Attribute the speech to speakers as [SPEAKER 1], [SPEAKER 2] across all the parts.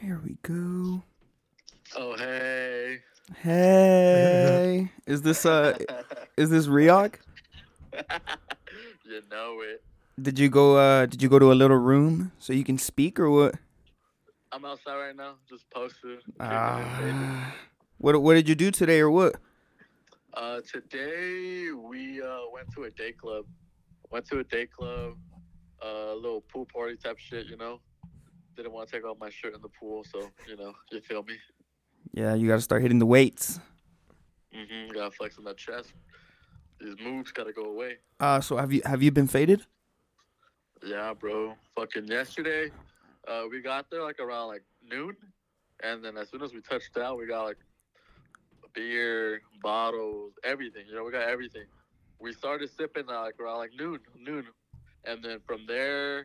[SPEAKER 1] Here we go.
[SPEAKER 2] Oh hey.
[SPEAKER 1] Hey, is this uh is this Riok?
[SPEAKER 2] you know it.
[SPEAKER 1] Did you go uh did you go to a little room so you can speak or what?
[SPEAKER 2] I'm outside right now, just posted. kicking it, baby.
[SPEAKER 1] Ah. what what did you do today or what?
[SPEAKER 2] Uh, today we uh, went to a day club. Went to a day club, uh, little pool party type shit, you know. Didn't want to take off my shirt in the pool, so you know, you feel me.
[SPEAKER 1] Yeah, you got to start hitting the weights.
[SPEAKER 2] hmm Gotta flex on that chest. These moves gotta go away.
[SPEAKER 1] Uh so have you have you been faded?
[SPEAKER 2] Yeah, bro. Fucking yesterday, uh, we got there like around like noon, and then as soon as we touched down, we got like beer, bottles, everything. You know, we got everything. We started sipping uh, like around like noon, noon, and then from there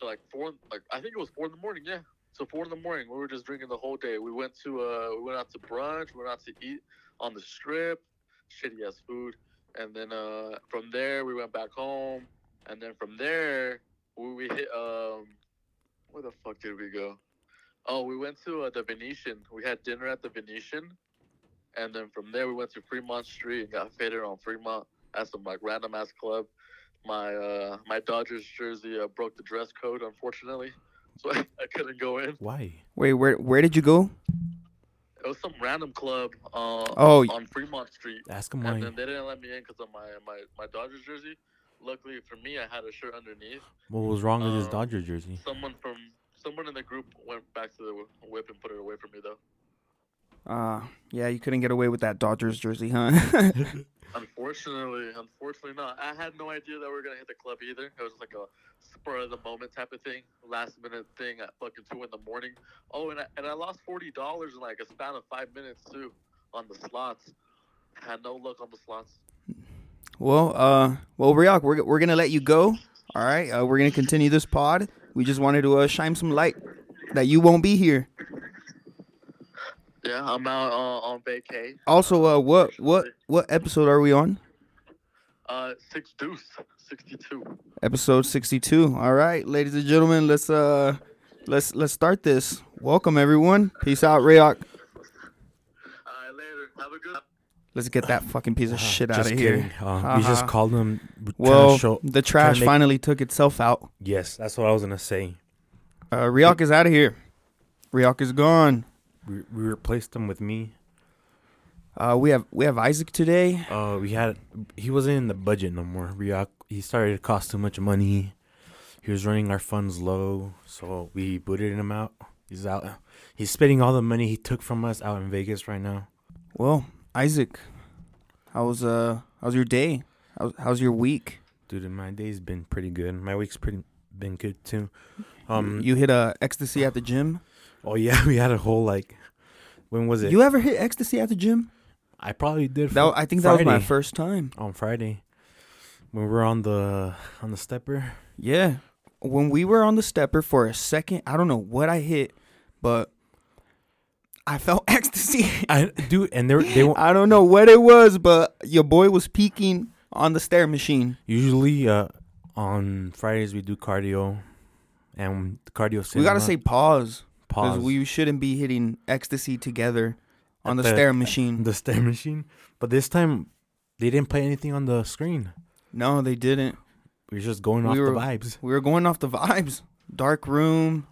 [SPEAKER 2] to like four, like I think it was four in the morning. Yeah, so four in the morning, we were just drinking the whole day. We went to uh, we went out to brunch. We went out to eat on the strip, shitty ass food, and then uh, from there we went back home. And then from there, we, we hit. Um, where the fuck did we go? Oh, we went to uh, the Venetian. We had dinner at the Venetian, and then from there we went to Fremont Street and got faded on Fremont at some like random ass club. My uh, my Dodgers jersey uh, broke the dress code, unfortunately, so I, couldn't go in.
[SPEAKER 3] Why?
[SPEAKER 1] Wait, where where did you go?
[SPEAKER 2] It was some random club uh,
[SPEAKER 1] Oh.
[SPEAKER 2] on Fremont Street.
[SPEAKER 3] Ask him
[SPEAKER 2] And
[SPEAKER 3] why.
[SPEAKER 2] then they didn't let me in because of my, my, my Dodgers jersey. Luckily for me, I had a shirt underneath.
[SPEAKER 3] What was wrong with his
[SPEAKER 2] uh,
[SPEAKER 3] Dodger jersey?
[SPEAKER 2] Someone from someone in the group went back to the whip and put it away from me though.
[SPEAKER 1] Uh yeah, you couldn't get away with that Dodgers jersey, huh?
[SPEAKER 2] Unfortunately, unfortunately not. I had no idea that we were gonna hit the club either. It was like a spur of the moment type of thing, last minute thing at fucking two in the morning. Oh, and I, and I lost forty dollars in like a span of five minutes too on the slots. Had no luck on the slots.
[SPEAKER 1] well, uh well, Riok, we're we're going to let you go. All right? Uh, we're going to continue this pod. We just wanted to uh, shine some light that you won't be here.
[SPEAKER 2] Yeah, I'm out uh, on vacay.
[SPEAKER 1] Also, uh, what what what episode are we on?
[SPEAKER 2] Uh, six deuce, sixty-two.
[SPEAKER 1] Episode sixty-two. All right, ladies and gentlemen, let's uh, let's let's start this. Welcome everyone. Peace out, Rayok.
[SPEAKER 2] All right, later. Have a good.
[SPEAKER 1] Let's get that fucking piece of shit out
[SPEAKER 3] Just
[SPEAKER 1] of here.
[SPEAKER 3] kidding. Uh, We just
[SPEAKER 1] Uh-huh.
[SPEAKER 3] called him. we're trying to
[SPEAKER 1] Well,
[SPEAKER 3] show-
[SPEAKER 1] the
[SPEAKER 3] trying to
[SPEAKER 1] trash
[SPEAKER 3] make-
[SPEAKER 1] finally took itself out.
[SPEAKER 3] Yes, that's what I was gonna say.
[SPEAKER 1] Uh, Rayok is out of here. Rayok is gone.
[SPEAKER 3] We, we replaced him with me.
[SPEAKER 1] Uh, we have we have Isaac today.
[SPEAKER 3] Uh, we had he wasn't in the budget no more. We uh, he started to cost too much money. He was running our funds low, so we booted him out. He's out. He's spending all the money he took from us out in Vegas right now.
[SPEAKER 1] Well, Isaac, how's uh how's your day? How's how's your week?
[SPEAKER 3] Dude, my day's been pretty good. My week's pretty been good too. Um,
[SPEAKER 1] You hit uh ecstasy at the gym.
[SPEAKER 3] oh yeah, we had a whole like, when was it?
[SPEAKER 1] You ever hit ecstasy at the gym?
[SPEAKER 3] I probably did.
[SPEAKER 1] That
[SPEAKER 3] fr-
[SPEAKER 1] I think that was my
[SPEAKER 3] Friday.
[SPEAKER 1] first time.
[SPEAKER 3] on Friday when we were on the on the stepper.
[SPEAKER 1] Yeah. When we were on the stepper for a second, I don't know what I hit, but I felt ecstasy.
[SPEAKER 3] I do, and they were- they were,
[SPEAKER 1] I don't know what it was, but your boy was peeking on the stair machine.
[SPEAKER 3] usually uh, on Fridays we do cardio, and the cardio.
[SPEAKER 1] We gotta
[SPEAKER 3] cinema-
[SPEAKER 1] say pause because
[SPEAKER 3] pause.
[SPEAKER 1] we shouldn't be hitting ecstasy together on the,
[SPEAKER 3] the-
[SPEAKER 1] stair machine.
[SPEAKER 3] the step machine, but this time they didn't play anything on the screen.
[SPEAKER 1] no, they didn't.
[SPEAKER 3] We were just going
[SPEAKER 1] We
[SPEAKER 3] off
[SPEAKER 1] were-
[SPEAKER 3] the vibes.
[SPEAKER 1] We were going off the vibes. Dark room,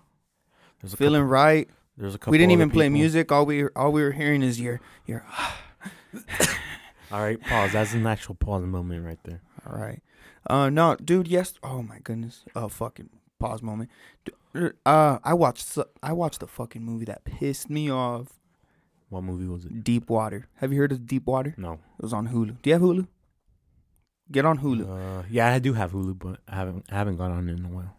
[SPEAKER 3] There's a
[SPEAKER 1] feeling
[SPEAKER 3] Couple,
[SPEAKER 1] right.
[SPEAKER 3] there's a couple.
[SPEAKER 1] We didn't
[SPEAKER 3] other
[SPEAKER 1] even play
[SPEAKER 3] people.
[SPEAKER 1] music. All we all we were hearing is your your.
[SPEAKER 3] All right, pause. That's an actual pause moment right there.
[SPEAKER 1] All right. Uh, no, dude. Yes. Oh my goodness. Oh fucking pause moment. Du- Uh, I watched. so- I watched the fucking movie that pissed me off.
[SPEAKER 3] What movie was it?
[SPEAKER 1] Deep Water. Have you heard of Deep Water?
[SPEAKER 3] No.
[SPEAKER 1] It was on Hulu. Do you have Hulu? Get on Hulu.
[SPEAKER 3] Uh, yeah, I do have Hulu, but I haven't I haven't gone on in a while.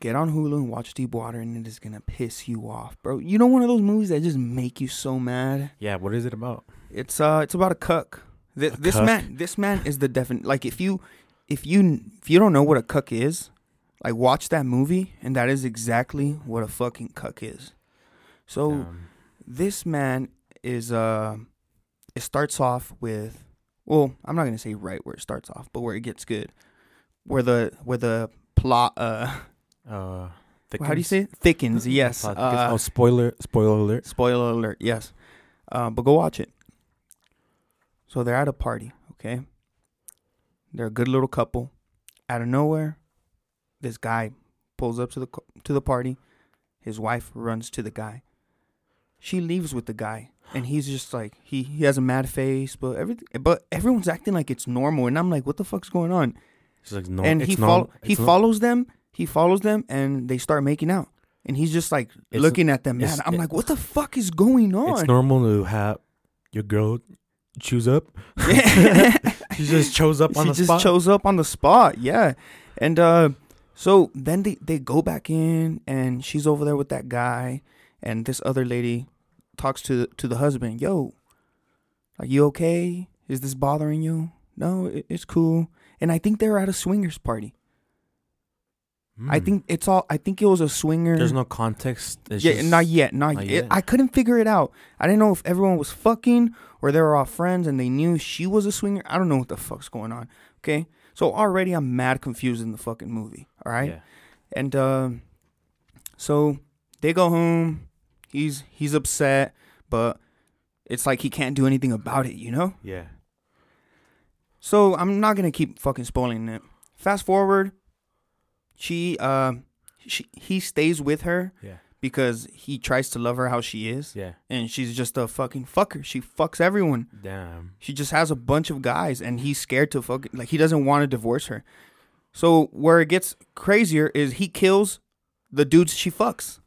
[SPEAKER 1] Get on Hulu and watch Deep Water, and it is gonna piss you off, bro. You know one of those movies that just make you so mad.
[SPEAKER 3] Yeah, what is it about?
[SPEAKER 1] It's uh, it's about a cuck. Th-
[SPEAKER 3] A
[SPEAKER 1] this
[SPEAKER 3] cuck?
[SPEAKER 1] man, this man is the defin. Like if you, if you, if you don't know what a cuck is, like watch that movie, and that is exactly what a fucking cuck is. So
[SPEAKER 3] Um,
[SPEAKER 1] this man is uh, it starts off with, well, I'm not gonna say right where it starts off, but where it gets good, where the where the plot uh
[SPEAKER 3] uh,
[SPEAKER 1] How do you
[SPEAKER 3] Thickens?
[SPEAKER 1] say it? Thickens. Yes.
[SPEAKER 3] Podcast.
[SPEAKER 1] Uh,
[SPEAKER 3] oh, spoiler! Spoiler alert!
[SPEAKER 1] Spoiler alert, yes. Uh, but go watch it. So they're at a party, okay? They're a good little couple. Out of nowhere, this guy pulls up to the co- to the party. His wife runs to the guy. She leaves with the guy, and he's just like he he has a mad face, but everything. But everyone's acting like it's normal, and I'm like, what the fuck's going on?
[SPEAKER 3] She's like, no,
[SPEAKER 1] and
[SPEAKER 3] it's
[SPEAKER 1] he
[SPEAKER 3] not-
[SPEAKER 1] follow he
[SPEAKER 3] it's not-
[SPEAKER 1] follows them. He follows them, and they start making out. And he's just like
[SPEAKER 3] It's-
[SPEAKER 1] looking at them.
[SPEAKER 3] it's-
[SPEAKER 1] Mad. I'm
[SPEAKER 3] it-
[SPEAKER 1] like, what the fuck is going on?
[SPEAKER 3] It's normal to have your girl choose up. she just chose up on
[SPEAKER 1] she
[SPEAKER 3] the
[SPEAKER 1] just
[SPEAKER 3] spot.
[SPEAKER 1] chose up on the spot. Yeah, and uh, so then they they go back in, and she's over there with that guy, and this other lady talks to to the husband. Yo, are you okay? Is this bothering you? No, it, it's cool. And I think they were at a swingers party. I
[SPEAKER 3] Mm.
[SPEAKER 1] think it's all. I think it was a swinger.
[SPEAKER 3] there's no context. It's
[SPEAKER 1] yeah,
[SPEAKER 3] just-
[SPEAKER 1] not yet, not,
[SPEAKER 3] not
[SPEAKER 1] yet.
[SPEAKER 3] yet.
[SPEAKER 1] I couldn't figure it out. I didn't know if everyone was fucking or they were all friends and they knew she was a swinger. I don't know what the fuck's going on. Okay, so already I'm mad confused in the fucking movie. All right,
[SPEAKER 3] Yeah.
[SPEAKER 1] and um, so they go home. He's he's upset, but it's like he can't do anything about it. You know.
[SPEAKER 3] yeah.
[SPEAKER 1] So I'm not gonna keep fucking spoiling it. Fast forward, she uh, she he stays with her
[SPEAKER 3] Yeah.
[SPEAKER 1] because he tries to love her how she is,
[SPEAKER 3] Yeah.
[SPEAKER 1] and she's just a fucking fucker. She fucks everyone.
[SPEAKER 3] Damn.
[SPEAKER 1] She just has a bunch of guys, and he's scared to fuck. Like he doesn't want to divorce her. So where it gets crazier is he kills the dudes she fucks.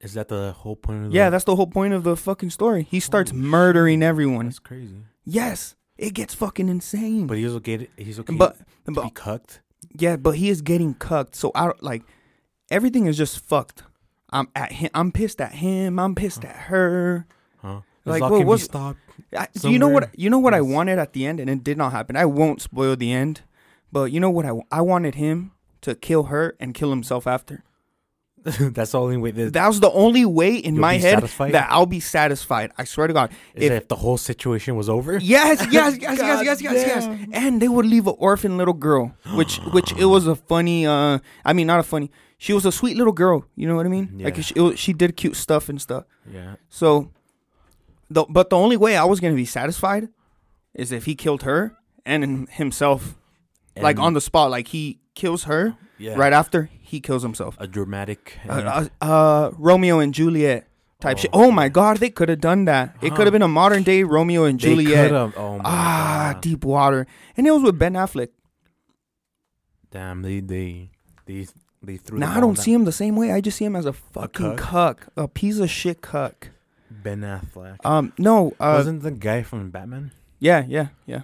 [SPEAKER 3] Is that the whole point of the
[SPEAKER 1] Yeah, that's the whole point of the fucking story. He starts
[SPEAKER 3] Holy
[SPEAKER 1] murdering everyone.
[SPEAKER 3] That's crazy.
[SPEAKER 1] Yes, it gets fucking insane.
[SPEAKER 3] But he's okay. He's okay.
[SPEAKER 1] but
[SPEAKER 3] to
[SPEAKER 1] but
[SPEAKER 3] be cucked.
[SPEAKER 1] Yeah, but he is getting cucked. So I don't- like everything is just fucked. I'm at him. I'm pissed at him. I'm pissed at her.
[SPEAKER 3] Huh?
[SPEAKER 1] Like,
[SPEAKER 3] Like,
[SPEAKER 1] what-
[SPEAKER 3] what
[SPEAKER 1] what's-
[SPEAKER 3] was stopped?
[SPEAKER 1] I, you know what?
[SPEAKER 3] Somewhere.
[SPEAKER 1] You know what I
[SPEAKER 3] Yes.
[SPEAKER 1] wanted at the end, and it did not happen. I won't spoil the end, but you know what? I wa- I wanted him to kill her and kill himself after.
[SPEAKER 3] that's the only way. That,
[SPEAKER 1] That was the only way in
[SPEAKER 3] You'll
[SPEAKER 1] my
[SPEAKER 3] be
[SPEAKER 1] head
[SPEAKER 3] satisfied?
[SPEAKER 1] that I'll be satisfied. I swear to God.
[SPEAKER 3] is if, the whole situation was over.
[SPEAKER 1] Yes, yes, yes, yes,
[SPEAKER 3] God
[SPEAKER 1] yes, yes, yes.
[SPEAKER 3] damn.
[SPEAKER 1] And they would leave an orphan little girl, which which it was a funny. Uh, I mean, not a funny. She was a sweet little girl. You know what I mean? Like
[SPEAKER 3] Yeah.
[SPEAKER 1] she, it was- she did cute stuff and stuff.
[SPEAKER 3] Yeah.
[SPEAKER 1] So, the but the only way I was gonna be satisfied is if he killed her and him- himself, like
[SPEAKER 3] And
[SPEAKER 1] on the spot. Like he kills her
[SPEAKER 3] Yeah.
[SPEAKER 1] right after he kills himself.
[SPEAKER 3] a dramatic.
[SPEAKER 1] Uh, uh, uh, Romeo and Juliet. Type
[SPEAKER 3] Oh,
[SPEAKER 1] shit. Oh my God, they could have done that. It could have been a modern day Romeo and
[SPEAKER 3] they
[SPEAKER 1] Juliet.
[SPEAKER 3] could've- Oh my
[SPEAKER 1] Ah,
[SPEAKER 3] god.
[SPEAKER 1] deep water. And it was with Ben Affleck.
[SPEAKER 3] Damn. They they they they threw.
[SPEAKER 1] Now
[SPEAKER 3] them
[SPEAKER 1] I
[SPEAKER 3] all
[SPEAKER 1] don't
[SPEAKER 3] down.
[SPEAKER 1] see him the same way. I just see him as a fucking
[SPEAKER 3] cuck?
[SPEAKER 1] cuck, a piece of shit cuck.
[SPEAKER 3] Ben Affleck.
[SPEAKER 1] Um, no, uh,
[SPEAKER 3] Wasn't the guy from Batman?
[SPEAKER 1] yeah, yeah, yeah.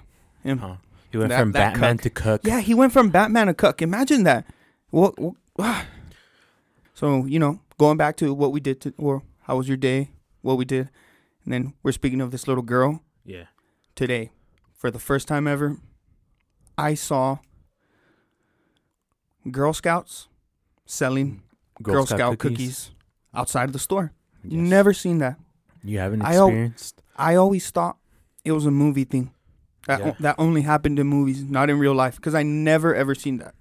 [SPEAKER 3] Huh. He went
[SPEAKER 1] That-
[SPEAKER 3] from
[SPEAKER 1] that
[SPEAKER 3] Batman
[SPEAKER 1] cuck.
[SPEAKER 3] to Cook.
[SPEAKER 1] Yeah, he went from Batman to Cuck. Imagine that. What? what ah. So you know, going back to what we did to, or how was your day? What we did, and then we're speaking of this little girl
[SPEAKER 3] Yeah.
[SPEAKER 1] today. For the first time ever, I saw Girl Scouts selling Girl, Scout, cookies. outside of the store.
[SPEAKER 3] Yes.
[SPEAKER 1] Never seen that.
[SPEAKER 3] You haven't
[SPEAKER 1] I al-
[SPEAKER 3] experienced.
[SPEAKER 1] I always thought it was a movie thing. That
[SPEAKER 3] Yeah.
[SPEAKER 1] that only happened in movies, not in real life, because I never ever seen that.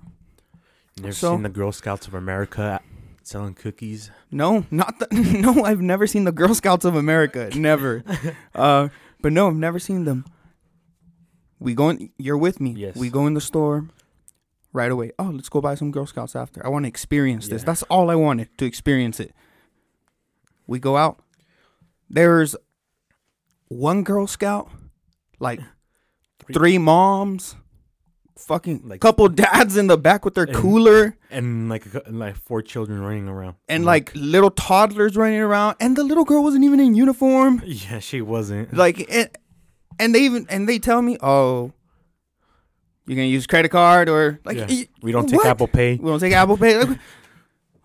[SPEAKER 3] never
[SPEAKER 1] so-
[SPEAKER 3] seen the Girl Scouts of America selling cookies.
[SPEAKER 1] No, not the, no. I've never seen the Girl Scouts of America. Never. uh, but no, I've never seen them. We go. In, you're with me.
[SPEAKER 3] Yes.
[SPEAKER 1] We go in the store. Right away. Oh, let's go buy some Girl Scouts after. I want to experience this.
[SPEAKER 3] Yeah.
[SPEAKER 1] That's all I wanted to experience it. We go out. There's one Girl Scout, like
[SPEAKER 3] Three.
[SPEAKER 1] three moms, fucking
[SPEAKER 3] Like-
[SPEAKER 1] couple dads in the back with their cooler
[SPEAKER 3] And like a cou- and like four children running around.
[SPEAKER 1] and like little toddlers running around and the little girl wasn't even in uniform
[SPEAKER 3] Yeah, she wasn't.
[SPEAKER 1] like it, and they even and they tell me oh you're gonna use credit card or like
[SPEAKER 3] Yeah.
[SPEAKER 1] y-
[SPEAKER 3] we don't take
[SPEAKER 1] what?
[SPEAKER 3] Apple Pay.
[SPEAKER 1] we don't take apple pay like,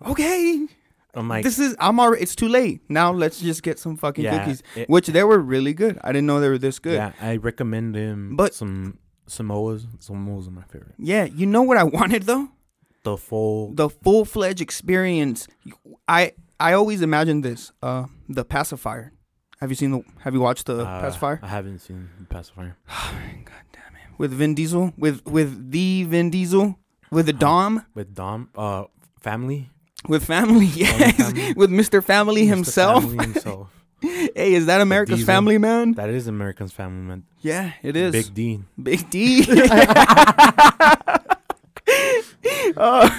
[SPEAKER 1] okay
[SPEAKER 3] I'm like,
[SPEAKER 1] this is i'm already it's too late now let's just get some fucking
[SPEAKER 3] Yeah,
[SPEAKER 1] cookies
[SPEAKER 3] it-
[SPEAKER 1] which they were really good i didn't know they were this good
[SPEAKER 3] yeah, I recommend him.
[SPEAKER 1] But-
[SPEAKER 3] some Samoa's. Samoa's are my favorite.
[SPEAKER 1] yeah you know what i wanted though
[SPEAKER 3] The full.
[SPEAKER 1] the full fledged experience. I I always imagined this. Uh, the pacifier. Have you seen the? Have you watched the
[SPEAKER 3] uh,
[SPEAKER 1] pacifier
[SPEAKER 3] I haven't seen the pacifier.
[SPEAKER 1] with Vin Diesel? With with the Vin Diesel with the Dom
[SPEAKER 3] With Dom, uh, family.
[SPEAKER 1] with family, yes,
[SPEAKER 3] family.
[SPEAKER 1] with Mr. Family
[SPEAKER 3] Mr.
[SPEAKER 1] himself.
[SPEAKER 3] Family himself.
[SPEAKER 1] Hey, is that America's
[SPEAKER 3] Diesel.
[SPEAKER 1] Family, man?
[SPEAKER 3] That is American's family, man.
[SPEAKER 1] Yeah, it is.
[SPEAKER 3] Big D.
[SPEAKER 1] Big D. oh.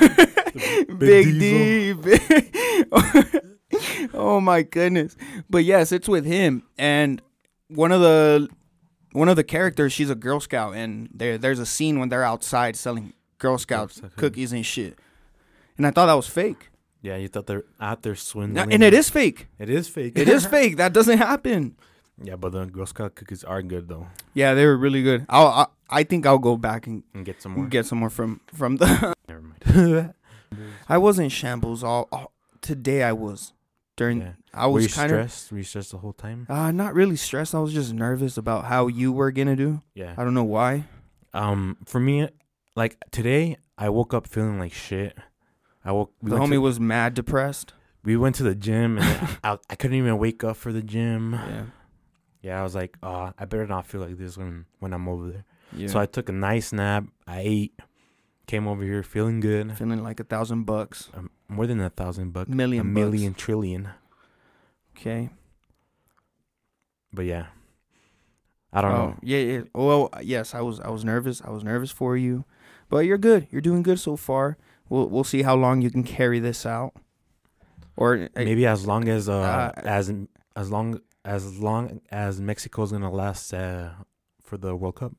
[SPEAKER 1] Big D. Big- oh my goodness. But yes, it's with him and one of the one of the characters, she's a Girl Scout and there there's a scene when they're outside selling Girl Scouts
[SPEAKER 3] Scout cookies.
[SPEAKER 1] cookies and shit. And I thought that was fake.
[SPEAKER 3] Yeah, you thought they're out there
[SPEAKER 1] Now-
[SPEAKER 3] swindling.
[SPEAKER 1] and it is fake.
[SPEAKER 3] It is fake.
[SPEAKER 1] It is fake. That doesn't happen.
[SPEAKER 3] yeah, but the Girl Scout cookies are good though.
[SPEAKER 1] Yeah, they were really good. I'll, I I think I'll go back and
[SPEAKER 3] And get some more.
[SPEAKER 1] get some more from from the
[SPEAKER 3] Never mind.
[SPEAKER 1] I was in shambles all, all today. I was during.
[SPEAKER 3] Yeah.
[SPEAKER 1] I
[SPEAKER 3] Were
[SPEAKER 1] was
[SPEAKER 3] you
[SPEAKER 1] kind of
[SPEAKER 3] stressed? Were you stressed the whole time?
[SPEAKER 1] uh, not really stressed. I was just nervous about how you were gonna do.
[SPEAKER 3] Yeah.
[SPEAKER 1] I don't know why.
[SPEAKER 3] Um, for me, like today, I woke up feeling like shit. I woke. We
[SPEAKER 1] the
[SPEAKER 3] went
[SPEAKER 1] homie
[SPEAKER 3] to,
[SPEAKER 1] was mad depressed.
[SPEAKER 3] we went to the gym, and I, I couldn't even wake up for the gym.
[SPEAKER 1] Yeah.
[SPEAKER 3] Yeah, I was like, oh, I better not feel like this when when I'm over there.
[SPEAKER 1] Yeah.
[SPEAKER 3] So I took a nice nap. I ate. Came over here feeling good.
[SPEAKER 1] feeling like a thousand bucks,
[SPEAKER 3] Um, more than a thousand bucks.
[SPEAKER 1] million,
[SPEAKER 3] a million trillion.
[SPEAKER 1] Bucks. Okay.
[SPEAKER 3] But yeah, I don't
[SPEAKER 1] Oh,
[SPEAKER 3] know.
[SPEAKER 1] Yeah, yeah. Well, yes, I was. I was nervous. I was nervous for you, but you're good. You're doing good so far. We'll we'll see how long you can carry this out. Or uh,
[SPEAKER 3] Maybe as long as uh,
[SPEAKER 1] uh,
[SPEAKER 3] as as long as long as Mexico's gonna last uh, for the World Cup.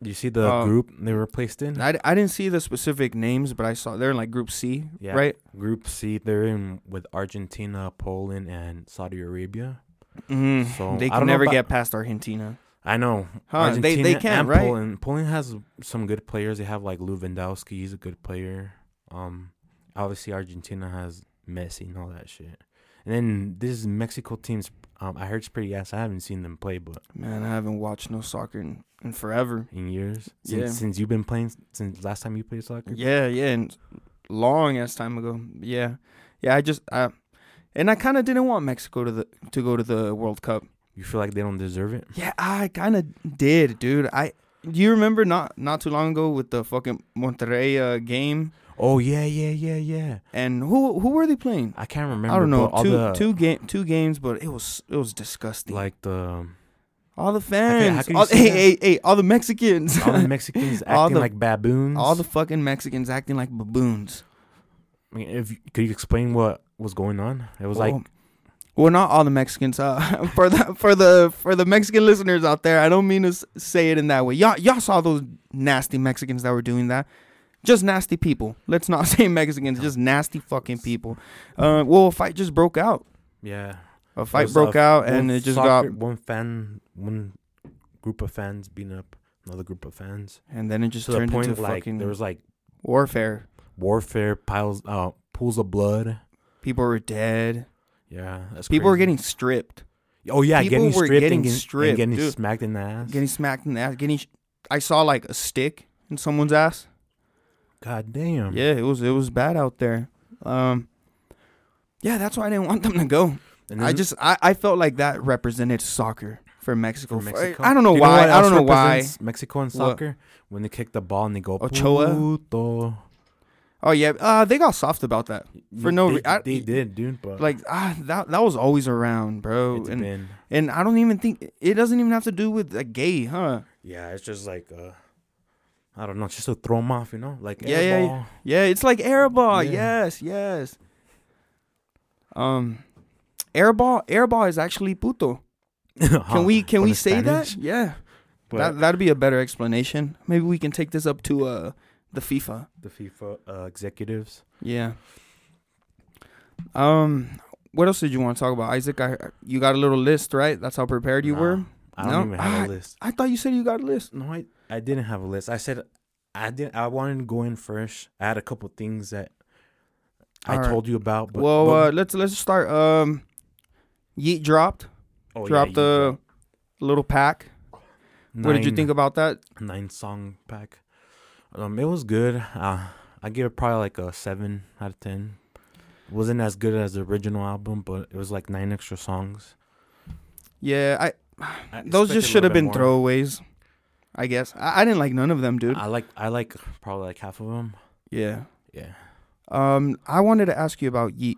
[SPEAKER 3] You see the
[SPEAKER 1] Um,
[SPEAKER 3] group they were placed in.
[SPEAKER 1] I, I didn't see the specific names, but I saw they're in like Group C,
[SPEAKER 3] Yeah.
[SPEAKER 1] right?
[SPEAKER 3] Group C, they're in with Argentina, Poland, and Saudi Arabia.
[SPEAKER 1] Mm,
[SPEAKER 3] So,
[SPEAKER 1] they
[SPEAKER 3] I
[SPEAKER 1] can
[SPEAKER 3] don't know
[SPEAKER 1] never
[SPEAKER 3] about-
[SPEAKER 1] get past Argentina.
[SPEAKER 3] I know.
[SPEAKER 1] Huh, they- they can,
[SPEAKER 3] and
[SPEAKER 1] right?
[SPEAKER 3] Poland. Poland has some good players. They have like Lewandowski. He's a good player. Um, obviously Argentina has Messi and all that shit. And then this Mexico team's. Um, I heard it's pretty ass. I haven't seen them play, but
[SPEAKER 1] Man, I haven't watched no soccer in, in forever.
[SPEAKER 3] in years since,
[SPEAKER 1] Yeah.
[SPEAKER 3] since you've been playing since last time you played soccer.
[SPEAKER 1] Yeah, yeah, and long ass time ago. Yeah, yeah. I just I, and I kind of didn't want Mexico to the to go to the World Cup.
[SPEAKER 3] You feel like they don't deserve it.
[SPEAKER 1] Yeah, I kind of did, dude. I do you remember not not too long ago with the fucking Monterrey uh, game
[SPEAKER 3] Oh yeah, yeah, yeah, yeah.
[SPEAKER 1] and who who were they playing?
[SPEAKER 3] I can't remember.
[SPEAKER 1] I don't know.
[SPEAKER 3] but all
[SPEAKER 1] Two
[SPEAKER 3] the,
[SPEAKER 1] two game two games, but it was it was disgusting.
[SPEAKER 3] like the
[SPEAKER 1] All the
[SPEAKER 3] can-
[SPEAKER 1] fans.
[SPEAKER 3] how can you
[SPEAKER 1] all,
[SPEAKER 3] say
[SPEAKER 1] hey,
[SPEAKER 3] that?
[SPEAKER 1] hey, hey, all the Mexicans.
[SPEAKER 3] all the Mexicans
[SPEAKER 1] All
[SPEAKER 3] acting
[SPEAKER 1] the-
[SPEAKER 3] like baboons.
[SPEAKER 1] all the fucking Mexicans acting like baboons.
[SPEAKER 3] I mean, if you- could you explain what was going on? It was like
[SPEAKER 1] Well, Oh. well, not all the Mexicans. Uh, for the for the for the Mexican listeners out there, I don't mean to s- say it in that way. Y'all y'all saw those nasty Mexicans that were doing that. Just nasty people. Let's not say Mexicans. Just nasty fucking people. Uh, well, a fight just broke out.
[SPEAKER 3] yeah,
[SPEAKER 1] A
[SPEAKER 3] It
[SPEAKER 1] fight
[SPEAKER 3] was,
[SPEAKER 1] broke
[SPEAKER 3] uh,
[SPEAKER 1] out, and
[SPEAKER 3] one
[SPEAKER 1] it just
[SPEAKER 3] soccer-
[SPEAKER 1] got,
[SPEAKER 3] one fan, one group of fans beating up another group of fans
[SPEAKER 1] and then it just
[SPEAKER 3] to the
[SPEAKER 1] turned
[SPEAKER 3] point
[SPEAKER 1] into
[SPEAKER 3] like
[SPEAKER 1] fucking
[SPEAKER 3] there was like
[SPEAKER 1] warfare.
[SPEAKER 3] warfare piles, uh, pools of blood.
[SPEAKER 1] People were dead.
[SPEAKER 3] Yeah, that's
[SPEAKER 1] People were
[SPEAKER 3] crazy.
[SPEAKER 1] getting stripped.
[SPEAKER 3] oh yeah,
[SPEAKER 1] people
[SPEAKER 3] getting
[SPEAKER 1] were
[SPEAKER 3] stripped
[SPEAKER 1] getting
[SPEAKER 3] and getting, and
[SPEAKER 1] stripped,
[SPEAKER 3] getting
[SPEAKER 1] dude.
[SPEAKER 3] smacked in the ass.
[SPEAKER 1] getting smacked in the ass. Getting, sh- I saw like a stick in someone's ass.
[SPEAKER 3] God damn.
[SPEAKER 1] Yeah, it was it was bad out there. Um, yeah, that's why I didn't want them to go.
[SPEAKER 3] And
[SPEAKER 1] I
[SPEAKER 3] then-
[SPEAKER 1] just I, I felt like that represented soccer for Mexico.
[SPEAKER 3] for
[SPEAKER 1] For-
[SPEAKER 3] Mexico.
[SPEAKER 1] I, I don't know
[SPEAKER 3] Do you
[SPEAKER 1] why.
[SPEAKER 3] what
[SPEAKER 1] I don't
[SPEAKER 3] else
[SPEAKER 1] know why.
[SPEAKER 3] represents Mexico in
[SPEAKER 1] What?
[SPEAKER 3] soccer when they kick the ball and they go
[SPEAKER 1] Ochoa?
[SPEAKER 3] Puto.
[SPEAKER 1] Oh yeah, uh, they got soft about that. For no
[SPEAKER 3] they,
[SPEAKER 1] re- I-
[SPEAKER 3] they did, dude. But
[SPEAKER 1] Like ah, that that was always around, bro.
[SPEAKER 3] it's
[SPEAKER 1] and
[SPEAKER 3] been
[SPEAKER 1] and I don't even think it doesn't even have to do with a gay, huh?
[SPEAKER 3] yeah, it's just like uh, I don't know, just to throw them off, you know, like
[SPEAKER 1] Yeah,
[SPEAKER 3] air
[SPEAKER 1] yeah,
[SPEAKER 3] ball.
[SPEAKER 1] Yeah, it's like airball.
[SPEAKER 3] Yeah.
[SPEAKER 1] Yes, yes. Um, airball. Airball is actually puto. Can we can
[SPEAKER 3] From
[SPEAKER 1] we
[SPEAKER 3] the
[SPEAKER 1] say
[SPEAKER 3] Spanish?
[SPEAKER 1] that? Yeah.
[SPEAKER 3] But
[SPEAKER 1] that that'd be a better explanation. Maybe we can take this up to uh the FIFA.
[SPEAKER 3] the FIFA uh, executives.
[SPEAKER 1] Yeah. Um, what else did you want to talk about, Isaac? I you got a little list, right? That's how prepared you
[SPEAKER 3] Nah,
[SPEAKER 1] were.
[SPEAKER 3] I don't
[SPEAKER 1] No,
[SPEAKER 3] even have
[SPEAKER 1] I-
[SPEAKER 3] a list.
[SPEAKER 1] I thought you said you got a list.
[SPEAKER 3] No, I I didn't have a list. I said I didn't. I wanted to go in first. I had a couple things that I
[SPEAKER 1] All right.
[SPEAKER 3] told you about. But,
[SPEAKER 1] well,
[SPEAKER 3] but-
[SPEAKER 1] uh, let's let's start. Um, Yeet dropped
[SPEAKER 3] oh, yeah,
[SPEAKER 1] dropped
[SPEAKER 3] you
[SPEAKER 1] a little pack.
[SPEAKER 3] did.
[SPEAKER 1] What did you
[SPEAKER 3] Nine-
[SPEAKER 1] think about that?
[SPEAKER 3] nine song pack. Um, it was good. Uh, I give it probably like a seven out of ten. Wasn't as good as the original album, but it was like nine extra songs.
[SPEAKER 1] Yeah, I
[SPEAKER 3] I
[SPEAKER 1] those
[SPEAKER 3] expected
[SPEAKER 1] just
[SPEAKER 3] a
[SPEAKER 1] should have been
[SPEAKER 3] little bit more.
[SPEAKER 1] throwaways. I guess I, I didn't like none of them, dude.
[SPEAKER 3] I like I like probably like half of them.
[SPEAKER 1] yeah.
[SPEAKER 3] Yeah,
[SPEAKER 1] Um, I wanted to ask you about Yeet.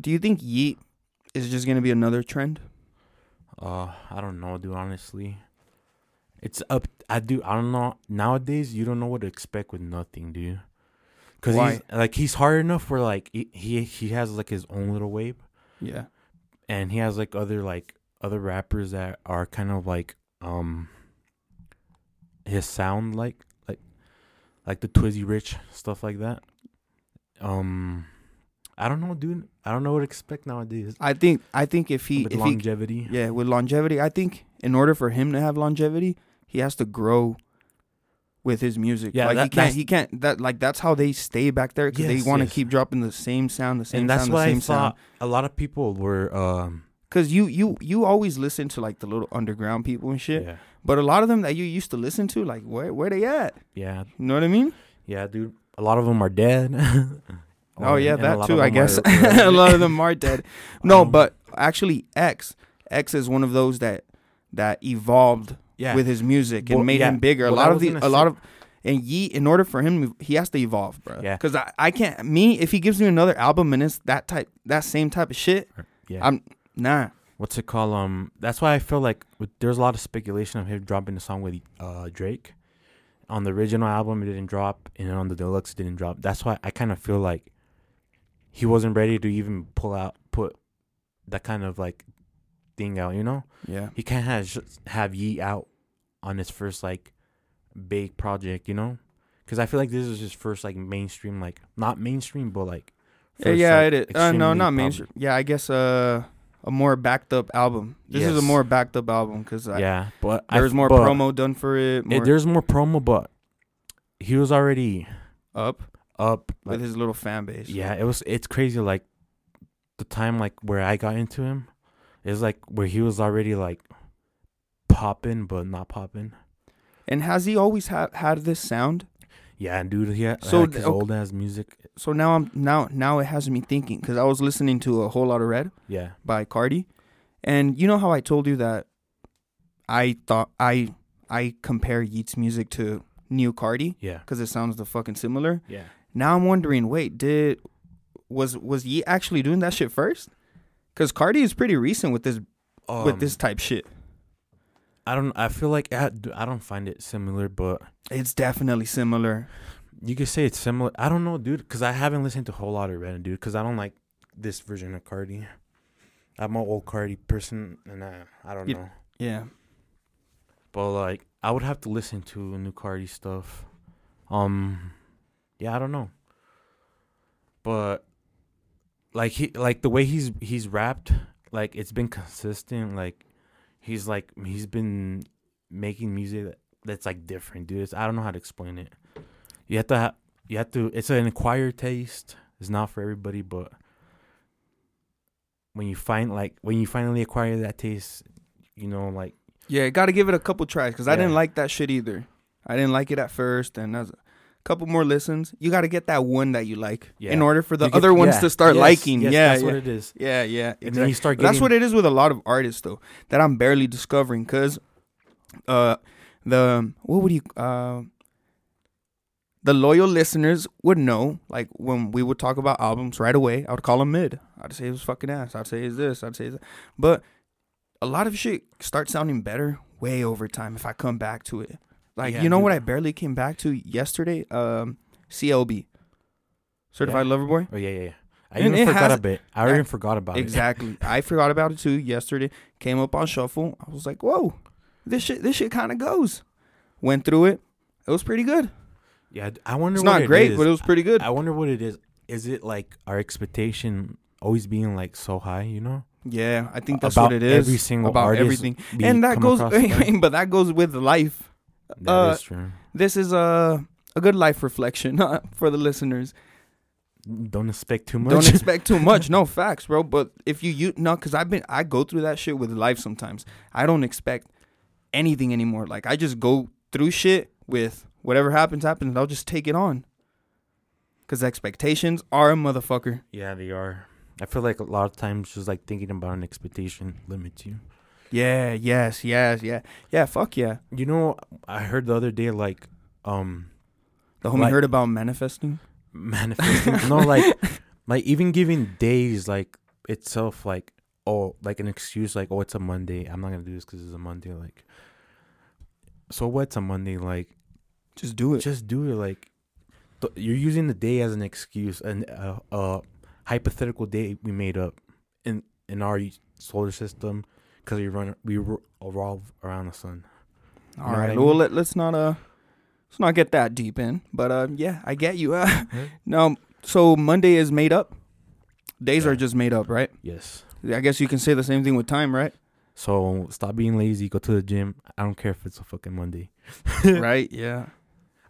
[SPEAKER 1] Do you think Yeet is just gonna be another trend?
[SPEAKER 3] Uh, I don't know, dude. Honestly, it's up. I do. I don't know. Nowadays, you don't know what to expect with nothing, dude. Cause he's like he's hard enough where like he- he he has like his own little wave,
[SPEAKER 1] Yeah.
[SPEAKER 3] and he has like other like other rappers that are kind of like um his sound like like like the Twizzy Rich stuff like that. Um, I don't know, dude. I don't know what to expect nowadays
[SPEAKER 1] I think I think if he
[SPEAKER 3] with
[SPEAKER 1] if he
[SPEAKER 3] longevity.
[SPEAKER 1] yeah with longevity, I think in order for him to have longevity, he has to grow with his music.
[SPEAKER 3] Yeah,
[SPEAKER 1] like
[SPEAKER 3] that-
[SPEAKER 1] he can't
[SPEAKER 3] that's-
[SPEAKER 1] he can't that like that's how they stay back there because
[SPEAKER 3] Yes,
[SPEAKER 1] they want to
[SPEAKER 3] yes.
[SPEAKER 1] keep dropping the same sound, the same
[SPEAKER 3] and that's
[SPEAKER 1] sound,
[SPEAKER 3] what
[SPEAKER 1] the same
[SPEAKER 3] I
[SPEAKER 1] sound.
[SPEAKER 3] thought. A lot of people were um
[SPEAKER 1] Because you you you always listen to like the little underground people and shit,
[SPEAKER 3] yeah
[SPEAKER 1] but a lot of them that you used to listen to, like where where they at?
[SPEAKER 3] yeah
[SPEAKER 1] You know what I mean?
[SPEAKER 3] yeah, dude. A lot of them are dead.
[SPEAKER 1] Oh yeah,
[SPEAKER 3] and a lot
[SPEAKER 1] that
[SPEAKER 3] of
[SPEAKER 1] too. I
[SPEAKER 3] them
[SPEAKER 1] guess
[SPEAKER 3] are-
[SPEAKER 1] a lot of them are dead. No,
[SPEAKER 3] Um,
[SPEAKER 1] but actually, X X is one of those that that evolved
[SPEAKER 3] yeah,
[SPEAKER 1] with his music and
[SPEAKER 3] Well,
[SPEAKER 1] made
[SPEAKER 3] yeah.
[SPEAKER 1] him bigger. A
[SPEAKER 3] Well, I
[SPEAKER 1] lot of
[SPEAKER 3] was
[SPEAKER 1] the
[SPEAKER 3] gonna
[SPEAKER 1] a lot
[SPEAKER 3] say-
[SPEAKER 1] of and Ye in order for him he has to evolve, bro.
[SPEAKER 3] Yeah.
[SPEAKER 1] Because I, I can't me if he gives me another album and it's that type that same type of shit.
[SPEAKER 3] yeah.
[SPEAKER 1] I'm nah.
[SPEAKER 3] what's it called? Um, that's why I feel like with, there's a lot of speculation of him dropping a song with uh Drake. On the original album, it didn't drop, and on the deluxe, it didn't drop. That's why I kind of feel like he wasn't ready to even pull out, put that kind of like thing out. You know,
[SPEAKER 1] Yeah.
[SPEAKER 3] he can't have sh- have Ye out on his first like big project. You know, because I feel like this is his first like mainstream, like not mainstream, but like first,
[SPEAKER 1] yeah,
[SPEAKER 3] like,
[SPEAKER 1] it is. Uh, no,
[SPEAKER 3] extremely
[SPEAKER 1] not
[SPEAKER 3] pop-
[SPEAKER 1] mainstream. Yeah, I guess uh, a more backed up album. This is a
[SPEAKER 3] Yes.
[SPEAKER 1] more backed up album because there
[SPEAKER 3] Yeah, but I-
[SPEAKER 1] was more
[SPEAKER 3] but-
[SPEAKER 1] promo done for it.
[SPEAKER 3] Yeah,
[SPEAKER 1] More
[SPEAKER 3] there's more promo, but he was already
[SPEAKER 1] up
[SPEAKER 3] up. like-
[SPEAKER 1] with his little fan base.
[SPEAKER 3] yeah, it was. It's crazy. Like the time, like where I got into him, is like where he was already like popping, but not popping.
[SPEAKER 1] And has he always had had this sound?
[SPEAKER 3] Yeah, dude. He had,
[SPEAKER 1] So,
[SPEAKER 3] like, his
[SPEAKER 1] okay.
[SPEAKER 3] old ass music.
[SPEAKER 1] So now I'm now now it has me thinking because I was listening to a whole lot of Red
[SPEAKER 3] Yeah,
[SPEAKER 1] by Cardi, and you know how I told you that I thought I I compare Yeats music to New Cardi
[SPEAKER 3] yeah,
[SPEAKER 1] because it sounds the fucking similar.
[SPEAKER 3] yeah.
[SPEAKER 1] Now I'm wondering, wait, did was was Yeat actually doing that shit first? Because Cardi is pretty recent with this with this type shit.
[SPEAKER 3] I don't. I feel like I, d- I don't find it similar, but
[SPEAKER 1] It's definitely similar.
[SPEAKER 3] you could say it's similar. I don't know, dude, because I haven't listened to a whole lot of Ren, dude, because I don't like this version of Cardi. I'm an old Cardi person, and I, I don't
[SPEAKER 1] You-
[SPEAKER 3] know.
[SPEAKER 1] Yeah,
[SPEAKER 3] But like, I would have to listen to new Cardi stuff. Um, yeah, I don't know. But like he, like the way he's he's rapped, like it's been consistent. Like he's like he's been making music that's like different, dude. It's, I don't know how to explain it. You have to, ha- you have to. It's an acquired taste. It's not for everybody, but when you find like when you finally acquire that taste, you know, like.
[SPEAKER 1] Yeah, got to give it a couple tries because I didn't
[SPEAKER 3] Yeah.
[SPEAKER 1] like that shit either. I didn't like it at first, and as a couple more listens, you got to get that one that you like
[SPEAKER 3] Yeah.
[SPEAKER 1] in order for the
[SPEAKER 3] You get-
[SPEAKER 1] other ones
[SPEAKER 3] yeah,
[SPEAKER 1] to start
[SPEAKER 3] yes,
[SPEAKER 1] liking.
[SPEAKER 3] yes,
[SPEAKER 1] yeah,
[SPEAKER 3] that's
[SPEAKER 1] yeah.
[SPEAKER 3] what it is.
[SPEAKER 1] yeah, yeah,
[SPEAKER 3] And then
[SPEAKER 1] exactly.
[SPEAKER 3] you start
[SPEAKER 1] But
[SPEAKER 3] getting
[SPEAKER 1] That's what it is with a lot of artists though that I'm barely discovering because, uh, the what would you uh, the loyal listeners would know like when we would talk about albums right away. I would call them mid. I'd say it was fucking ass. I'd say it's this. I'd say that. But a lot of shit starts sounding better way over time if I come back to it. Like
[SPEAKER 3] Yeah,
[SPEAKER 1] you know
[SPEAKER 3] dude.
[SPEAKER 1] what I barely came back to yesterday. Um, CLB, Certified Lover Boy.
[SPEAKER 3] Oh yeah, yeah, yeah. I
[SPEAKER 1] And
[SPEAKER 3] even
[SPEAKER 1] it
[SPEAKER 3] forgot
[SPEAKER 1] has-
[SPEAKER 3] a bit. I
[SPEAKER 1] I-
[SPEAKER 3] even forgot about
[SPEAKER 1] Exactly. I forgot about it too yesterday. Came up on shuffle. I was like, "Whoa, this shit, this shit kind of goes." Went through it. It was pretty good.
[SPEAKER 3] it. Yeah, I wonder.
[SPEAKER 1] It's
[SPEAKER 3] what
[SPEAKER 1] not
[SPEAKER 3] it
[SPEAKER 1] great,
[SPEAKER 3] is.
[SPEAKER 1] but it was pretty good.
[SPEAKER 3] I wonder what it is. Is it like our expectation always being like so high? You know,
[SPEAKER 1] yeah, I think that's
[SPEAKER 3] About
[SPEAKER 1] what it is.
[SPEAKER 3] every single
[SPEAKER 1] about
[SPEAKER 3] artist
[SPEAKER 1] everything,
[SPEAKER 3] we
[SPEAKER 1] and that
[SPEAKER 3] come
[SPEAKER 1] goes.
[SPEAKER 3] across, right?
[SPEAKER 1] but that goes with life.
[SPEAKER 3] That
[SPEAKER 1] Uh,
[SPEAKER 3] is true.
[SPEAKER 1] This is a a good life reflection uh, for the listeners.
[SPEAKER 3] Don't expect too much.
[SPEAKER 1] Don't expect too much. No facts, bro. But if you you no, because I've been I go through that shit with life sometimes. I don't expect anything anymore. Like I just go through shit with whatever happens, happens. I'll just take it on. Cause expectations are a motherfucker.
[SPEAKER 3] yeah, they are. I feel like a lot of times just like thinking about an expectation limits you.
[SPEAKER 1] Yeah. Yes. Yes. Yeah. Yeah. Fuck yeah.
[SPEAKER 3] You know, I heard the other day like, um,
[SPEAKER 1] The homie
[SPEAKER 3] Like-
[SPEAKER 1] heard about manifesting.
[SPEAKER 3] manifesting. no, like like even giving days like itself like oh like an excuse like oh it's a Monday I'm not gonna do this because it's a Monday like. So what's a Monday like?
[SPEAKER 1] Just do it.
[SPEAKER 3] Just do it like. th- You're using the day as an excuse, and a uh, uh, hypothetical day we made up in in our solar system because we run we ro- revolve around the sun.
[SPEAKER 1] All
[SPEAKER 3] know
[SPEAKER 1] right.
[SPEAKER 3] what I
[SPEAKER 1] Well,
[SPEAKER 3] mean?
[SPEAKER 1] let, let's not uh, let's not get that deep in. But uh, yeah, I get you. Uh, no, so Monday is made up. Days
[SPEAKER 3] Yeah.
[SPEAKER 1] are just made up, right?
[SPEAKER 3] Yes.
[SPEAKER 1] I guess you can say the same thing with time, right?
[SPEAKER 3] So stop being lazy. Go to the gym. I don't care if it's a fucking Monday.
[SPEAKER 1] right. Yeah.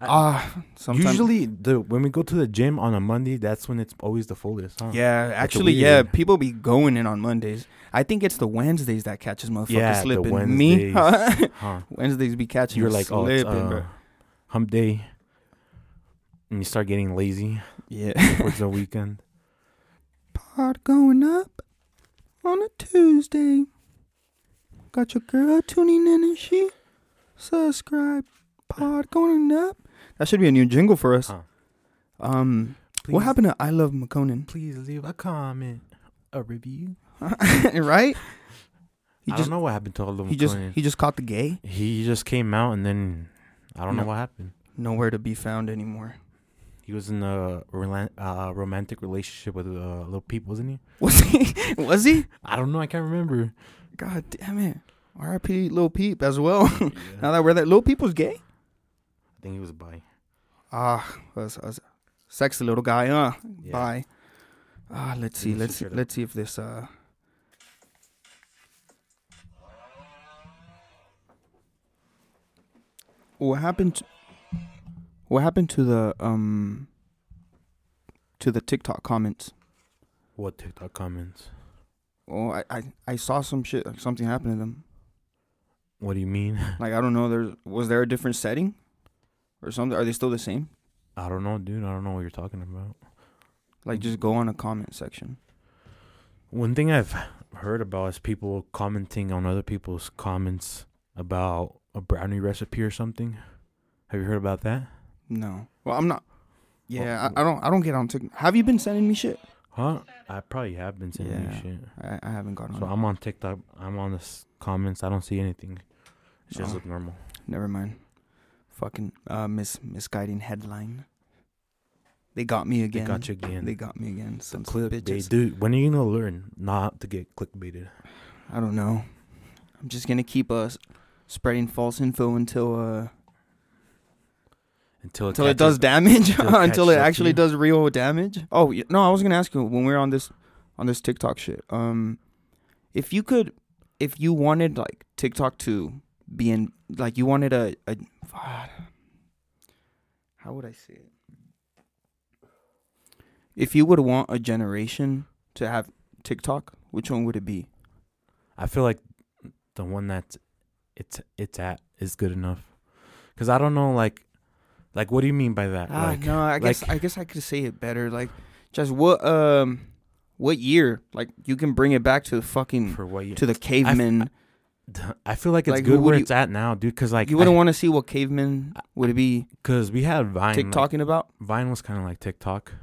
[SPEAKER 1] Ah, sometimes.
[SPEAKER 3] Usually, the when we go to the gym on a Monday, that's when it's always the fullest. Huh?
[SPEAKER 1] Yeah,
[SPEAKER 3] a
[SPEAKER 1] actually, yeah,
[SPEAKER 3] weird-
[SPEAKER 1] people be going in on Mondays. I think it's the Wednesdays that catches motherfuckers
[SPEAKER 3] Yeah, the
[SPEAKER 1] slipping. Me,
[SPEAKER 3] Wednesdays. Huh?
[SPEAKER 1] Wednesdays be catching.
[SPEAKER 3] You're
[SPEAKER 1] us
[SPEAKER 3] like, oh, it's,
[SPEAKER 1] slipping, bro.
[SPEAKER 3] uh, hump day, and you start getting lazy
[SPEAKER 1] yeah.
[SPEAKER 3] towards the weekend.
[SPEAKER 1] Pod going up on a Tuesday. Got your girl tuning in and she subscribe. Pod going up. That should be a new jingle for us.
[SPEAKER 3] Huh.
[SPEAKER 1] Um,
[SPEAKER 3] Please-
[SPEAKER 1] what happened to I Love McConan?
[SPEAKER 3] Please leave a comment, a review.
[SPEAKER 1] right? He
[SPEAKER 3] I
[SPEAKER 1] just
[SPEAKER 3] don't know what happened to all of them.
[SPEAKER 1] he just he just caught the gay.
[SPEAKER 3] he just came out and then I don't
[SPEAKER 1] No.
[SPEAKER 3] know what happened.
[SPEAKER 1] Nowhere to be found anymore.
[SPEAKER 3] He was in a rela- uh, romantic relationship with uh, Lil Peep, wasn't he?
[SPEAKER 1] Was he? Was he?
[SPEAKER 3] I don't know. I can't remember.
[SPEAKER 1] God damn it. R.I.P. Lil Peep as well.
[SPEAKER 3] Yeah.
[SPEAKER 1] now that we're there, Lil Peep was gay.
[SPEAKER 3] I think he was bi.
[SPEAKER 1] Ah, was, was sexy little guy, huh?
[SPEAKER 3] Yeah.
[SPEAKER 1] Bye. Ah, let's see,
[SPEAKER 3] Maybe we
[SPEAKER 1] let's
[SPEAKER 3] should
[SPEAKER 1] see,
[SPEAKER 3] hear that.
[SPEAKER 1] let's see if this uh. What happened? To, what happened to the um? To the TikTok comments.
[SPEAKER 3] What TikTok comments?
[SPEAKER 1] Oh, I I, I saw some shit. Like something happened to them.
[SPEAKER 3] What do you mean?
[SPEAKER 1] Like I don't know. There's was there a different setting, or something? Are they still the same?
[SPEAKER 3] I don't know, dude. I don't know what you're talking about.
[SPEAKER 1] Like just go on a comment section.
[SPEAKER 3] One thing I've heard about is people commenting on other people's comments about a brownie recipe or something. Have you heard about that?
[SPEAKER 1] No. Well, I'm not. Yeah,
[SPEAKER 3] Well,
[SPEAKER 1] I, I don't. I don't get on TikTok. Have you been sending me shit?
[SPEAKER 3] Huh? I probably have been sending
[SPEAKER 1] Yeah.
[SPEAKER 3] you shit.
[SPEAKER 1] I, I haven't gotten
[SPEAKER 3] So
[SPEAKER 1] on. it.
[SPEAKER 3] I'm on TikTok. I'm on this comments. I don't see anything. It just
[SPEAKER 1] Oh.
[SPEAKER 3] look normal.
[SPEAKER 1] Never mind. Fucking uh, mis misguiding headline. They got me
[SPEAKER 3] They
[SPEAKER 1] again.
[SPEAKER 3] got you again.
[SPEAKER 1] They got me again. Some
[SPEAKER 3] Clickbait.
[SPEAKER 1] bitches.
[SPEAKER 3] Dude, when are you gonna learn not to get clickbaited?
[SPEAKER 1] I don't know. I'm just gonna keep uh s- spreading false info until uh
[SPEAKER 3] Until it
[SPEAKER 1] until it
[SPEAKER 3] catches-
[SPEAKER 1] does damage. until
[SPEAKER 3] until it catches
[SPEAKER 1] it
[SPEAKER 3] up to
[SPEAKER 1] actually
[SPEAKER 3] you.
[SPEAKER 1] does real damage. Oh y- no, I was gonna ask you when we were on this on this TikTok shit. Um, if you could, if you wanted like TikTok to be in, like you wanted a a, how would I say it? If you would want a generation to have TikTok, which one would it be?
[SPEAKER 3] I feel like the one that's it's it's at is good enough. Cause I don't know, like, like what do you mean by that?
[SPEAKER 1] Ah,
[SPEAKER 3] like,
[SPEAKER 1] no, I guess
[SPEAKER 3] like-
[SPEAKER 1] I guess I could say it better. Like, just what um, what year? Like, you can bring it back to the fucking
[SPEAKER 3] for what you?
[SPEAKER 1] to the cavemen.
[SPEAKER 3] I feel like it's
[SPEAKER 1] like, who
[SPEAKER 3] good
[SPEAKER 1] would
[SPEAKER 3] where
[SPEAKER 1] you-
[SPEAKER 3] it's at now, dude. Cause like
[SPEAKER 1] you wouldn't want to see what cavemen would it be
[SPEAKER 3] because we had Vine. like-
[SPEAKER 1] TikToking about?
[SPEAKER 3] Vine was kind of like TikTok,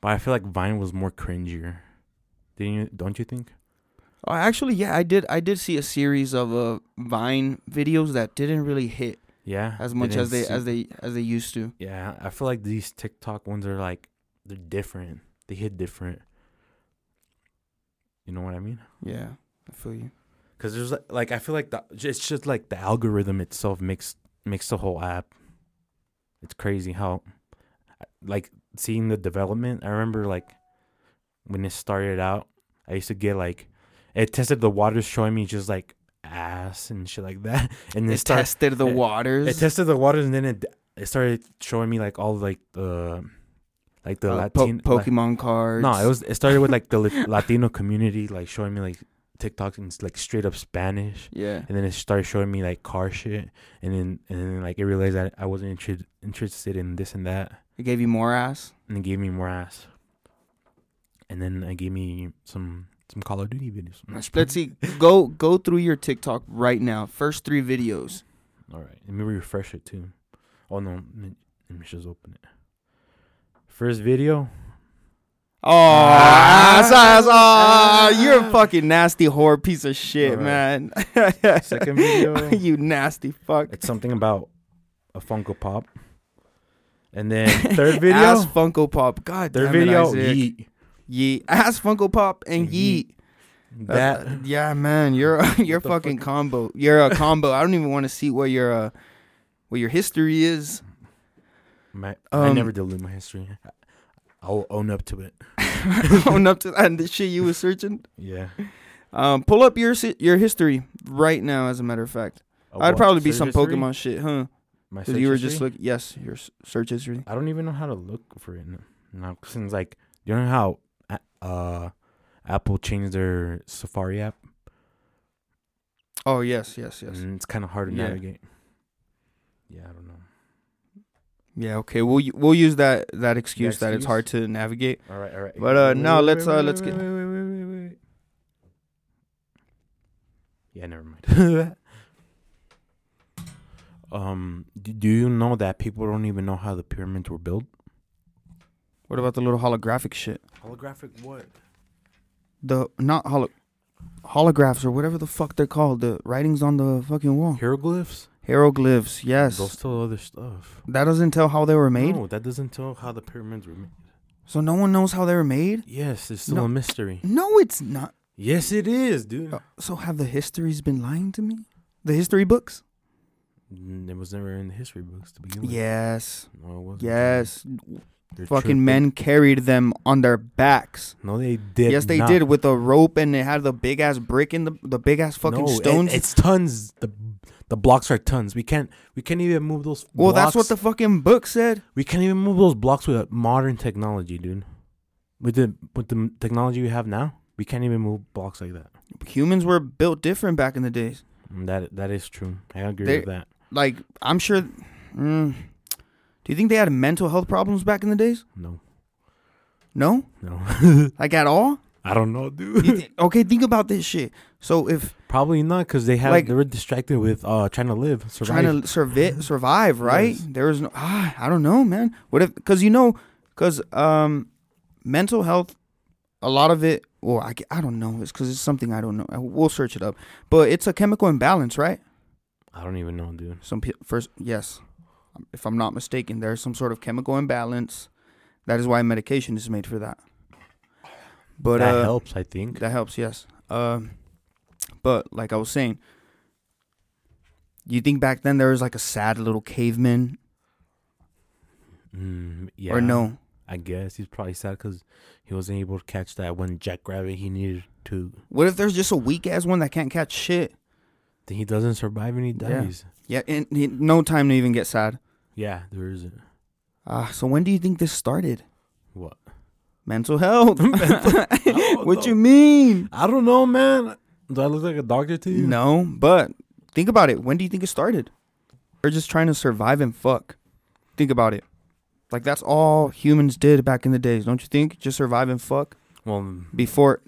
[SPEAKER 3] but I feel like Vine was more cringier. Didn't you? Don't you think?
[SPEAKER 1] Oh, actually, yeah, I did. I did see a series of uh, Vine videos that didn't really hit
[SPEAKER 3] Yeah.
[SPEAKER 1] as much
[SPEAKER 3] didn't
[SPEAKER 1] as they
[SPEAKER 3] see-
[SPEAKER 1] as they as they used to.
[SPEAKER 3] Yeah, I feel like these TikTok ones are like they're different. They hit different. You know what I mean?
[SPEAKER 1] Yeah, I feel you.
[SPEAKER 3] Because there's like, like I feel like the it's just like the algorithm itself makes makes the whole app. It's crazy how, like seeing the development. I remember like when it started out, I used to get like it tested the waters, showing me just like ass and shit like that, and
[SPEAKER 1] They
[SPEAKER 3] it started
[SPEAKER 1] tested the
[SPEAKER 3] it-
[SPEAKER 1] waters.
[SPEAKER 3] it tested the waters, and then it it started showing me like all like the like the
[SPEAKER 1] uh, po-
[SPEAKER 3] Latin
[SPEAKER 1] Pokemon cards.
[SPEAKER 3] no, it was it started with like the Lat- Latino community, like showing me like TikToks and like straight up Spanish,
[SPEAKER 1] Yeah.
[SPEAKER 3] and then it started showing me like car shit, and then and then like it realized that I wasn't intre- interested in this and that,
[SPEAKER 1] It gave you more ass.
[SPEAKER 3] and it gave me more ass, and then it gave me some some Call of Duty videos.
[SPEAKER 1] Let's see. Go go through your TikTok right now. First three videos.
[SPEAKER 3] All right, let me refresh it too. Oh no, let me, let me just open it. First video.
[SPEAKER 1] Oh,
[SPEAKER 3] Ah.
[SPEAKER 1] that's- that's- aw, you're a fucking nasty whore piece of shit,
[SPEAKER 3] Alright.
[SPEAKER 1] man.
[SPEAKER 3] Second video.
[SPEAKER 1] you nasty fuck.
[SPEAKER 3] It's something about a Funko Pop. And then third video.
[SPEAKER 1] Ass Funko Pop. God damn
[SPEAKER 3] third video.
[SPEAKER 1] it, Isaac.
[SPEAKER 3] yeet.
[SPEAKER 1] Yeet. Ass Funko Pop and
[SPEAKER 3] Yeet.
[SPEAKER 1] yeet.
[SPEAKER 3] That.
[SPEAKER 1] That's- uh, yeah, man, you're a- you're
[SPEAKER 3] What the
[SPEAKER 1] fucking
[SPEAKER 3] fuck?
[SPEAKER 1] combo. You're a combo. I don't even want to see what your uh, what your history is.
[SPEAKER 3] My, I
[SPEAKER 1] Um,
[SPEAKER 3] never delete my history. I- I'll own up to it.
[SPEAKER 1] Own up to that and the shit you was searching.
[SPEAKER 3] Yeah.
[SPEAKER 1] Um, pull up your si- your history right now. As a matter of fact,
[SPEAKER 3] A
[SPEAKER 1] I'd
[SPEAKER 3] what?
[SPEAKER 1] probably be
[SPEAKER 3] Search
[SPEAKER 1] some
[SPEAKER 3] history?
[SPEAKER 1] Pokemon shit, huh?
[SPEAKER 3] My
[SPEAKER 1] Because
[SPEAKER 3] search
[SPEAKER 1] you were just
[SPEAKER 3] history?
[SPEAKER 1] look. Yes, your s- search history.
[SPEAKER 3] I don't even know how to look for it n- now. Since like, you know how a- uh, Apple changed their Safari app,
[SPEAKER 1] Oh yes, yes, yes.
[SPEAKER 3] and it's kind of hard to
[SPEAKER 1] Yeah.
[SPEAKER 3] navigate. Yeah, I don't know.
[SPEAKER 1] Yeah. Okay. We'll u- we'll use that that Mm-hmm. excuse that it's
[SPEAKER 3] excuse?
[SPEAKER 1] hard to navigate.
[SPEAKER 3] All right, all right.
[SPEAKER 1] But, uh,
[SPEAKER 3] Wait, wait,
[SPEAKER 1] no,
[SPEAKER 3] wait,
[SPEAKER 1] let's,
[SPEAKER 3] wait,
[SPEAKER 1] uh,
[SPEAKER 3] wait,
[SPEAKER 1] let's
[SPEAKER 3] wait,
[SPEAKER 1] get-
[SPEAKER 3] Wait, wait, wait, wait, wait. Yeah, never mind. um, d- do you know that people don't even know how the pyramids were built?
[SPEAKER 1] What about the little holographic shit?
[SPEAKER 3] Holographic what?
[SPEAKER 1] The not holo holographs or whatever the fuck they're called. The writings on the fucking wall.
[SPEAKER 3] Hieroglyphs?
[SPEAKER 1] Hieroglyphs. Yes.
[SPEAKER 3] They'll still other stuff.
[SPEAKER 1] That doesn't tell how they were made.
[SPEAKER 3] No, that doesn't tell how the pyramids were made.
[SPEAKER 1] So no one knows how they were made?
[SPEAKER 3] Yes, it's still
[SPEAKER 1] No.
[SPEAKER 3] a mystery.
[SPEAKER 1] No, it's not.
[SPEAKER 3] Yes, it is, dude.
[SPEAKER 1] Uh, So have the histories been lying to me? The history books?
[SPEAKER 3] Mm, It was never in the history books to begin with.
[SPEAKER 1] Yes.
[SPEAKER 3] No, it wasn't.
[SPEAKER 1] Yes.
[SPEAKER 3] They're
[SPEAKER 1] Fucking
[SPEAKER 3] tripping.
[SPEAKER 1] men carried them on their backs.
[SPEAKER 3] No, they did.
[SPEAKER 1] yes, they
[SPEAKER 3] not.
[SPEAKER 1] did with a rope and they had the big ass brick in the the big ass fucking
[SPEAKER 3] No, it-
[SPEAKER 1] stones.
[SPEAKER 3] it's tons. The the blocks are tons. We can't we can't even move those.
[SPEAKER 1] well, that's what
[SPEAKER 3] blocks-
[SPEAKER 1] the fucking book said.
[SPEAKER 3] we can't even move those blocks with modern technology, dude. With the with the technology we have now, we can't even move blocks like that.
[SPEAKER 1] Humans were built different back in the days.
[SPEAKER 3] And that that is true. I agree
[SPEAKER 1] They-
[SPEAKER 3] with that.
[SPEAKER 1] Like I'm sure. Mm, do you think they had mental health problems back in the days?
[SPEAKER 3] No,
[SPEAKER 1] No,
[SPEAKER 3] no,
[SPEAKER 1] like at all.
[SPEAKER 3] I don't know,
[SPEAKER 1] You
[SPEAKER 3] dude.
[SPEAKER 1] thi- okay, think about this shit. So if
[SPEAKER 3] Probably not because they had
[SPEAKER 1] Like-
[SPEAKER 3] they were distracted with uh trying to live, survive.
[SPEAKER 1] trying to survive, survive, right?
[SPEAKER 3] Mm-hmm. Yes.
[SPEAKER 1] There is no, ah, I don't know, man. What if? Because you know, because um, mental health, a lot of it. Well, I, ca- I don't know. It's because it's something I don't know. I- We'll search it up. But it's a chemical imbalance, right?
[SPEAKER 3] I don't even know, dude.
[SPEAKER 1] Some pe- first, yes, if I'm not mistaken, there's some sort of chemical imbalance. That is why medication is made for that. But
[SPEAKER 3] that
[SPEAKER 1] uh,
[SPEAKER 3] helps, I think.
[SPEAKER 1] that helps, yes. Um, but like I was saying, you think back then there was like a sad little caveman,
[SPEAKER 3] Mm, yeah.
[SPEAKER 1] or no?
[SPEAKER 3] I guess he's probably sad because he wasn't able to catch that one jackrabbit he needed to.
[SPEAKER 1] What if there's just a weak ass one that can't catch shit?
[SPEAKER 3] Then he doesn't survive and he
[SPEAKER 1] Yeah.
[SPEAKER 3] dies.
[SPEAKER 1] Yeah, and he, no time to even get sad.
[SPEAKER 3] Yeah, there isn't.
[SPEAKER 1] Ah, so when do you think this started?
[SPEAKER 3] What?
[SPEAKER 1] Mental health.
[SPEAKER 3] what
[SPEAKER 1] what you mean?
[SPEAKER 3] I don't know, man. Do I look like a doctor to you?
[SPEAKER 1] No, but think about it. When do you think it started? They're just trying to survive and fuck. Think about it. Like that's all humans did back in the days, don't you think? Just survive and fuck
[SPEAKER 3] Well,
[SPEAKER 1] before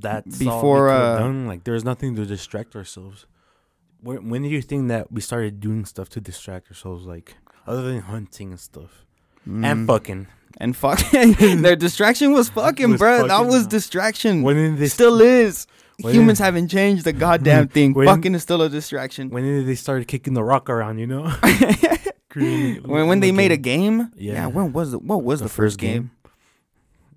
[SPEAKER 3] that's
[SPEAKER 1] Before,
[SPEAKER 3] before all we could've
[SPEAKER 1] uh,
[SPEAKER 3] done. Like, there's nothing to distract ourselves. When, when do you think that we started doing stuff to distract ourselves, like other than hunting and stuff and
[SPEAKER 1] fuck.
[SPEAKER 3] fucking?
[SPEAKER 1] and fucking their distraction was fucking,
[SPEAKER 3] Was
[SPEAKER 1] bro. that
[SPEAKER 3] fucking,
[SPEAKER 1] was
[SPEAKER 3] uh,
[SPEAKER 1] distraction.
[SPEAKER 3] When did they
[SPEAKER 1] It still is.
[SPEAKER 3] When-
[SPEAKER 1] Humans haven't changed the goddamn thing.
[SPEAKER 3] When-
[SPEAKER 1] fucking is still a distraction.
[SPEAKER 3] When did they start kicking the rock around? You know, Creating-
[SPEAKER 1] When, when they made a game, yeah.
[SPEAKER 3] Yeah.
[SPEAKER 1] when was the what was the, first game?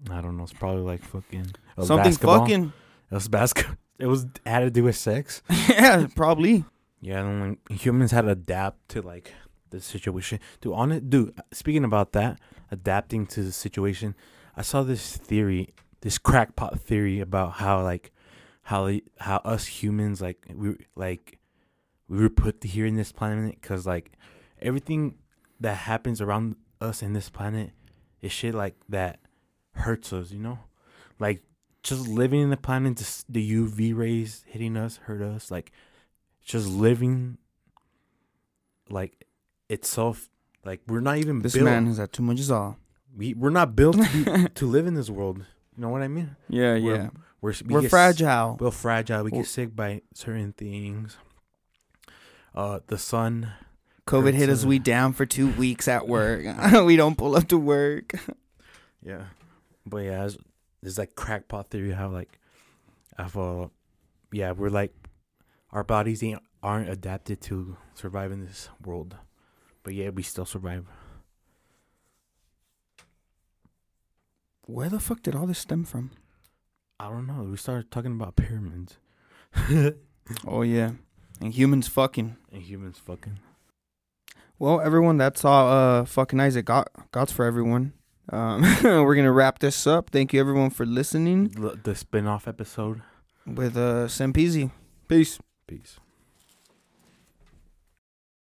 [SPEAKER 3] I don't know. It's probably like fucking it was
[SPEAKER 1] Something
[SPEAKER 3] basketball.
[SPEAKER 1] fucking
[SPEAKER 3] It was basketball. It was had to do with sex.
[SPEAKER 1] yeah, probably.
[SPEAKER 3] Yeah, and like, humans had to adapt to like the situation. Dude, on it, dude. Speaking about that, adapting to the situation, I saw this theory, this crackpot theory about how like how they- how us humans like we like we were put here in this planet because like everything that happens around us in this planet is shit like that hurts us. You know, like just living in the planet, just the UV rays hitting us hurt us. Like just living like itself like we're not even
[SPEAKER 1] This
[SPEAKER 3] built
[SPEAKER 1] man has had too much is all.
[SPEAKER 3] we, we're not built to, be- to live in this world you know what i mean
[SPEAKER 1] Yeah,
[SPEAKER 3] yeah. we're, we
[SPEAKER 1] We're
[SPEAKER 3] get s-
[SPEAKER 1] fragile.
[SPEAKER 3] we're fragile we
[SPEAKER 1] Well-
[SPEAKER 3] get sick by certain things uh the sun
[SPEAKER 1] COVID hit
[SPEAKER 3] hurts
[SPEAKER 1] uh, us. We down for two weeks at work. we don't pull up to work.
[SPEAKER 3] Yeah. But yeah, it's, it's like crackpot theory how like I feel yeah, we're like our bodies ain't, aren't adapted to survive in this world. But yeah, we still survive.
[SPEAKER 1] Where the fuck did all this stem from?
[SPEAKER 3] I don't know. We started talking about pyramids. and
[SPEAKER 1] Oh yeah, and humans fucking.
[SPEAKER 3] humans fucking.
[SPEAKER 1] Well, everyone, that's all. Uh, fucking Isaac got gots for everyone. Um, we're gonna wrap this up. Thank you everyone for listening
[SPEAKER 3] The, the spin off episode.
[SPEAKER 1] with uh Sam Peasy. Peace.
[SPEAKER 3] Peace.